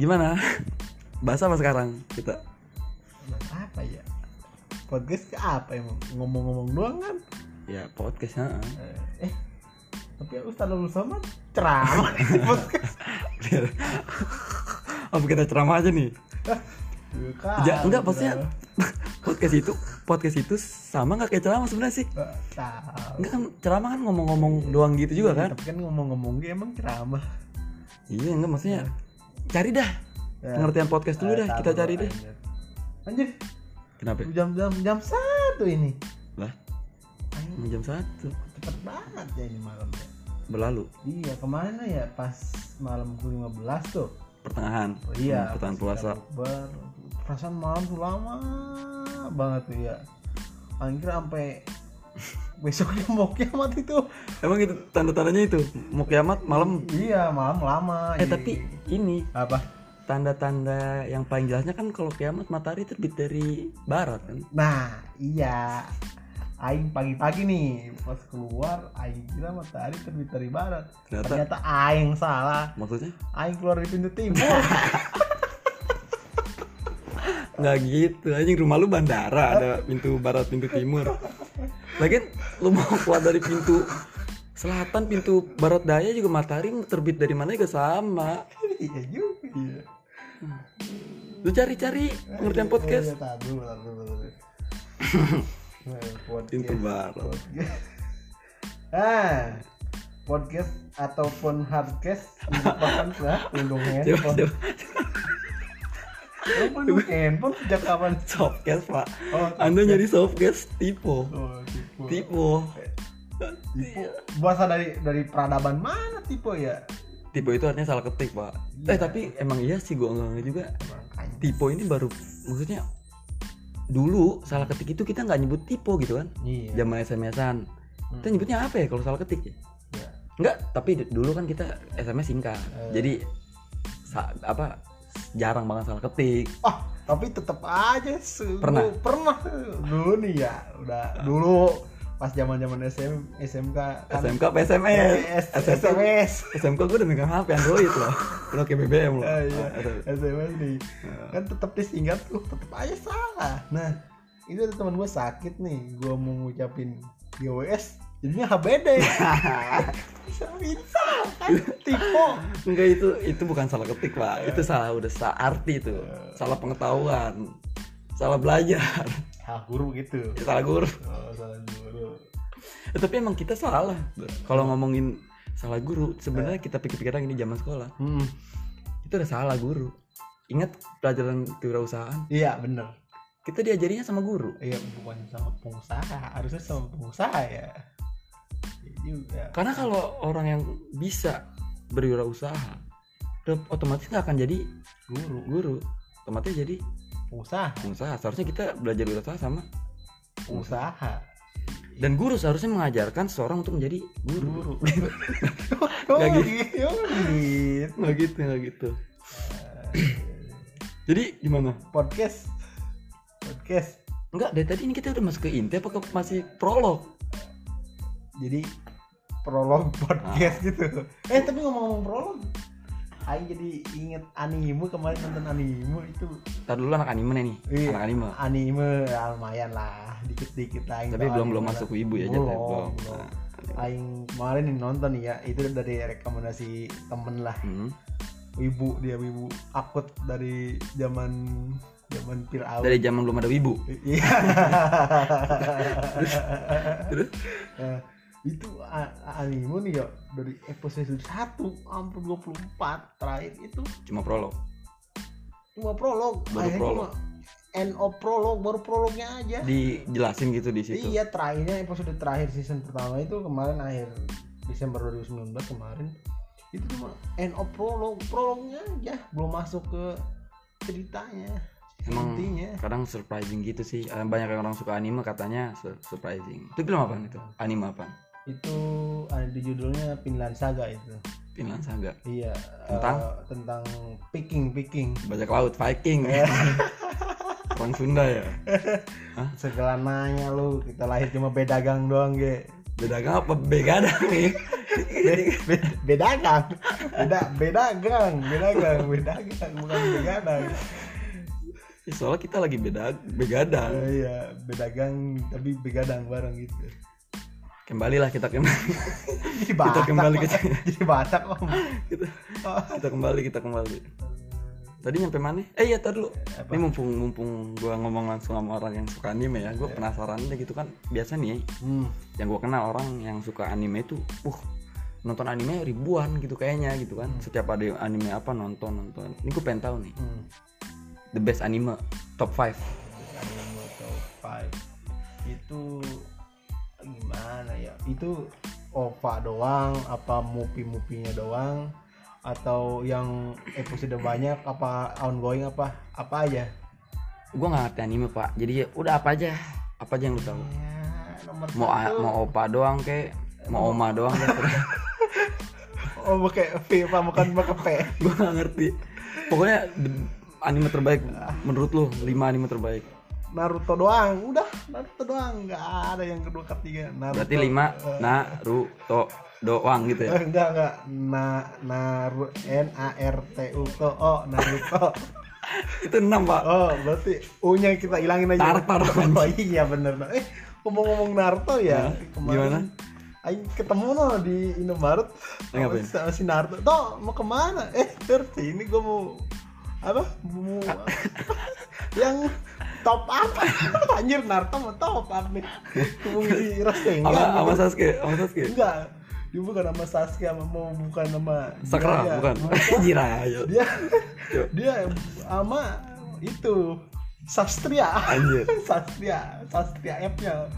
Gimana? Bahasa apa sekarang kita? Bahas apa ya? Podcast ke apa emang? Ngomong-ngomong doang kan? Ya podcast ha. Eh, tapi aku Ustaz Nurul Somad ceramah di podcast. Biar... apa kita ceramah aja nih? Bukan. Ja, enggak maksudnya podcast itu podcast itu sama nggak kayak ceramah sebenarnya sih? Nggak Tahu. Enggak kan ceramah kan ngomong-ngomong doang gitu juga kan? Tapi kan ngomong-ngomong dia emang ceramah. Iya enggak maksudnya cari dah Ya. pengertian podcast dulu Eh, dah kita tahu, cari deh. anjir. Anjir, Kenapa? jam jam jam satu ini. Lah, Anjir, emang jam satu cepet banget ya ini malam. ya. berlalu Iya, kemana ya pas malam ke 15 tuh? pertengahan. Oh, iya. Hmm, pertengahan pas puasa. kita bukber. Perasaan malam tuh lama banget tuh ya. Anjir sampai besoknya mau kiamat itu. Emang itu tanda-tandanya itu mau kiamat malam. Iya, malam lama. Eh Iya. tapi ini apa? tanda-tanda yang paling jelasnya kan kalau kiamat matahari terbit dari barat kan. Nah, iya. Aing pagi-pagi nih pas keluar aing kira matahari terbit dari barat. Ternyata- Ternyata aing salah. Maksudnya Aing keluar dari pintu timur. nggak gitu anjing rumah lu bandara ada pintu barat pintu timur. Lagian lu mau keluar dari pintu selatan pintu barat daya juga matahari terbit dari mana juga sama. iya juga. Iya. Lu cari-cari pengertian podcast Iya, tar dulu, tar dulu, tar dulu. Eh, podcast. pintu barat. Podcast. ah, podcast ataupun hardcast merupakan lah pelindung Coba handphone. coba Lu pelindung handphone sejak kapan? softcase pak. Oh, Anda nyari softcase tipe. Oh, tipu. Tipe. Tipu. Bahasa dari dari peradaban mana tipu ya? Tipe itu artinya salah ketik pak. Eh tapi emang iya sih gua nggak ngerti juga. Makanya. Tipe ini baru maksudnya dulu salah ketik itu kita nggak nyebut tipe gitu kan. Iya. Zaman SMS-an. Kita Hmm. nyebutnya apa ya kalau salah ketik ya? Iya. Enggak, tapi d- dulu kan kita SMS singkat. Eh. Jadi sa- apa jarang banget salah ketik. Ah, tapi tetap aja su- Pernah? pernah dulu nih ya udah dulu pas zaman zaman SM SMK kan SMK apa SMS? SMK SMS SMK gue udah megang HP Android loh. Udah kayak BBM loh. Ah, iya. Ah, SMS nih kan tetap disingkat tuh tetap aja salah nah ini ada teman gue sakit nih gue mau ngucapin GWS jadinya HBD bisa kan tipe Enggak itu itu bukan salah ketik pak, Eh. itu salah udah salah arti itu, salah pengetahuan, salah belajar, ah guru gitu Ya, salah guru. oh, salah guru Eh, tapi emang kita salah. Kalau ngomongin salah guru, sebenarnya kita pikir-pikir lagi ini zaman sekolah, hmm. itu udah salah guru. Ingat pelajaran kewirausahaan, iya bener kita diajarinya sama guru. iya bukan sama pengusaha harusnya sama pengusaha ya Iya juga Karena kalau orang yang bisa berwirausaha, udah otomatis nggak akan jadi guru guru, otomatis jadi pengusaha pengusaha. Seharusnya kita belajar wirausaha sama pengusaha dan guru seharusnya mengajarkan seorang untuk menjadi guru. guru Nggak gak gitu nggak gitu nggak gitu gitu. jadi gimana podcast podcast enggak dari tadi ini kita udah masuk ke inti apa ke- masih prolog jadi prolog podcast Ah. gitu eh tapi ngomong-ngomong prolog Aing jadi inget anime kemarin nonton anime itu Ntar dulu anak anime nih Iya. anak anime anime ya lumayan lah dikit-dikit lah tapi belum belum masuk ke ibu ya Jat, ya? belum, belum belum. Nah, Aing kemarin nih nonton nih ya itu dari rekomendasi temen lah hmm. wibu dia wibu akut dari zaman zaman Fir'aun dari zaman belum ada ibu iya terus Nah, itu a- a- anime nih ya dari episode 1 sampai 24 terakhir itu cuma prolog cuma prolog Baru prolog. cuma end of prolog baru prolognya aja dijelasin gitu di situ iya terakhirnya episode terakhir season pertama itu kemarin akhir Desember 2019 kemarin itu cuma end of prolog prolognya aja belum masuk ke ceritanya Emang- intinya kadang surprising gitu sih Eh, banyak yang orang suka anime katanya sur- surprising itu film apa itu anime apa itu ada di judulnya Finland Saga itu Finland Saga iya Tentang? eh, tentang picking picking bajak laut Viking orang Sunda ya segelananya lu kita lahir cuma beda gang doang ge beda gang apa begadang nih Be- beda gang beda beda gang beda gang beda gang bukan begadang Ya, soalnya kita lagi beda begadang. Eh, iya beda gang tapi begadang bareng gitu Kembalilah kita kembali. jadi batak kembali Pak. ke- jadi batak om Oh, kita, kita kembali, kita kembali. Tadi nyampe mana? Eh ya tar dulu. Ini mumpung mumpung gua ngomong langsung sama orang yang suka anime ya, gua penasaran deh gitu kan. Biasa nih hmm. yang gua kenal orang yang suka anime itu, uh nonton anime ribuan gitu kayaknya gitu kan. Setiap ada anime apa nonton nonton. Ini gua pengen tahu nih. hmm. The best anime top 5. anime atau five itu gimana ya itu OVA doang apa mupi mupinya doang atau yang episode banyak apa ongoing apa apa aja Gua nggak ngerti anime, Pak. Jadi ya udah apa aja? Apa aja yang lu tahu? ya, nomor Mau a- satu mau opa doang kek, mau oma doang kek. oh pakai V apa bukan pakai P gue gak ngerti pokoknya the- anime terbaik menurut lu 5 anime terbaik Naruto doang udah Naruto doang nggak ada yang kedua ketiga Naruto berarti 5 Naruto doang gitu ya Eh, enggak enggak na naru n a r t u t o Naruto itu 6 pak Oh, berarti U-nya kita hilangin aja. Tar- taruh aja. Oh iya bener. Eh, ngomong-ngomong Naruto ya. Ya, kemarin gimana? Aing ketemu no di Indomaret Eh, ngapain? sama si Naruto. Toh mau kemana? Eh, terus ini gue mau apa? Mau yang top up. Anjir Naruto mau top up nih. Mau di Rasengan. sama gitu. sama Sasuke sama Sasuke Enggak. Dia bukan nama Sasuke sama mau bukan nama Sakura Jiraiya. bukan Jiraiya Dia Yuk. dia sama itu Sastria. anjir Sastria, Sastria F-nya.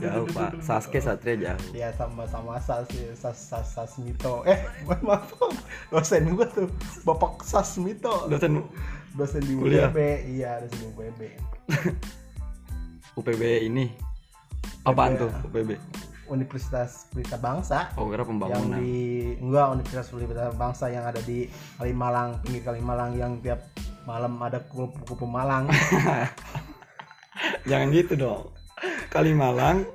jauh pak Sasuke Satria jauh Ya sama-sama Sas, Sas, Sas, Sasmito. Eh, maaf, Om. dosen gua tuh Bapak Sasmito. dosen Dosen di Kuliah. UPB, iya dosen di UPB. UPB ini apaan tuh UPB Universitas Pelita Bangsa oh kira yang pembangunan di enggak Universitas Pelita Bangsa yang ada di Kalimalang, pinggir Kalimalang yang tiap malam ada kupu-kupu Malang. jangan gitu dong kali Malang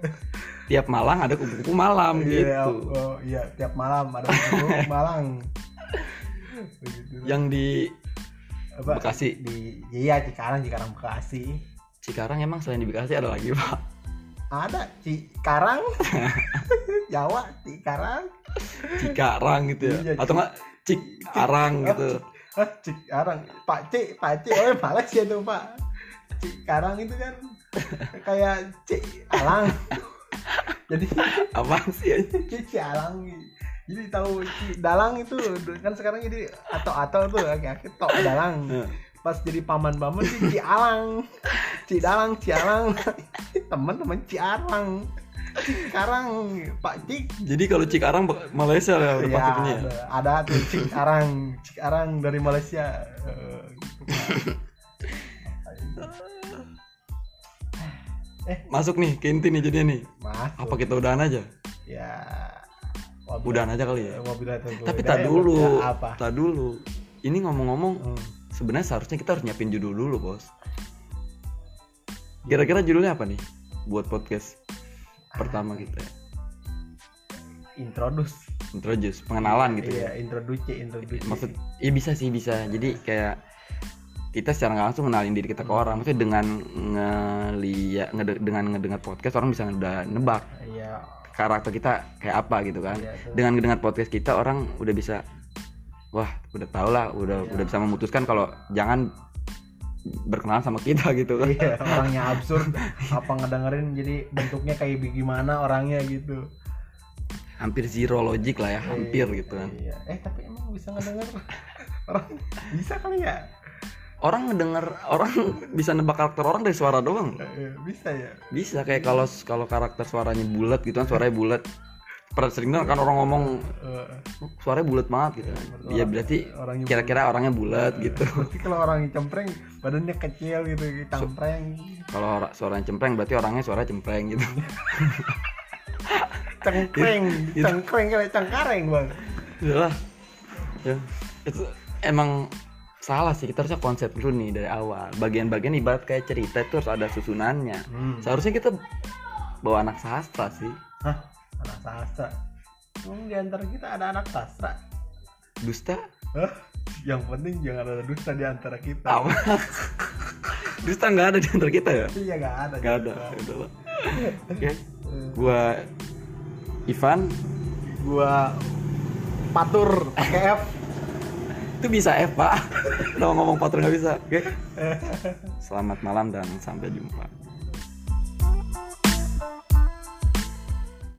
tiap Malang ada kupu-kupu malam Iya, gitu oh, iya tiap malam ada kupu Malang. Begitu. yang di Apa, Bekasi. Di iya Cikarang, Cikarang Bekasi. Cikarang emang selain di Bekasi ada lagi pak Ada Cikarang. Jawa Cikarang. Cikarang gitu ya Iya, atau enggak Cikarang gitu Hah, Eh, Cikarang. Pak Cik, Pak Cik. Oh, Malaysia tuh, Pak. Cikarang itu kan kayak Cik Alang. Jadi apa sih ya? Ci- Cialang jadi tahu Ci- dalang itu kan sekarang jadi atau atau tuh akhir-akhir tok dalang Iya. pas jadi paman paman sih cialang cidalang cialang teman-teman ciarang cikarang pak cik jadi kalau Cikarang Be- Malaysia lah udah ya, pasti punya ya? ada, ada tuh cikarang cikarang dari Malaysia Eh, gitu, Pak. masuk nih ke inti nih jadinya nih apa masuk kita udahan aja ya wabil- udahan aja kali ya wabillahi taufiq tapi walhidayah. tak dulu Ya, apa tak dulu ini ngomong-ngomong Hmm. sebenarnya seharusnya kita harus nyiapin judul dulu bos kira-kira judulnya apa nih buat podcast pertama kita introduce introduce pengenalan gitu ya Iya, introduce, introduce. maksud ya bisa sih bisa jadi kayak kita secara nggak langsung kenalin diri kita ke orang maksudnya dengan ngeliat ngede- dengan ngedengar podcast orang bisa udah nebak Iya, karakter kita kayak apa gitu kan Iya, betul. dengan ngedengar podcast kita orang udah bisa wah udah tau lah udah Iya. udah bisa memutuskan kalau jangan berkenalan sama kita gitu kan iya, orangnya absurd. Apa ngedengerin jadi bentuknya kayak gimana orangnya gitu. hampir zero logic lah ya hampir gitu kan Iya. Eh, tapi emang bisa ngedenger orang bisa kali ya? orang ngedenger orang bisa nebak karakter orang dari suara doang Iya, bisa ya. bisa kayak kalau kalau karakter suaranya bulat gitu kan suaranya bulat pernah sering denger kan orang ngomong Eh, suaranya bulat banget gitu kan ya berarti orangnya kira-kira orangnya bulat gitu berarti kalau orang cempreng badannya kecil gitu, cempreng, kalau ora- suaranya cempreng berarti orangnya suara cempreng gitu cengkreng, cengkreng kayak cengkareng bang. Yalah. ya itu emang salah sih kita harusnya konsep dulu nih dari awal bagian-bagian ibarat kayak cerita itu harus ada susunannya Hmm. seharusnya kita bawa anak sastra sih Hah, anak sastra. Emang di antara kita ada anak sastra? Dusta? Hah? Yang penting jangan ada dusta di antara kita. Apa? Dusta nggak ada di antara kita ya? Iya gak ada. Nggak ada. dusta. ya udahlah. Oke. Gua Ivan. Gua patur pakai F. Itu bisa ya, F pak. Kalau ngomong patron nggak bisa. Oke. Selamat malam dan sampai jumpa.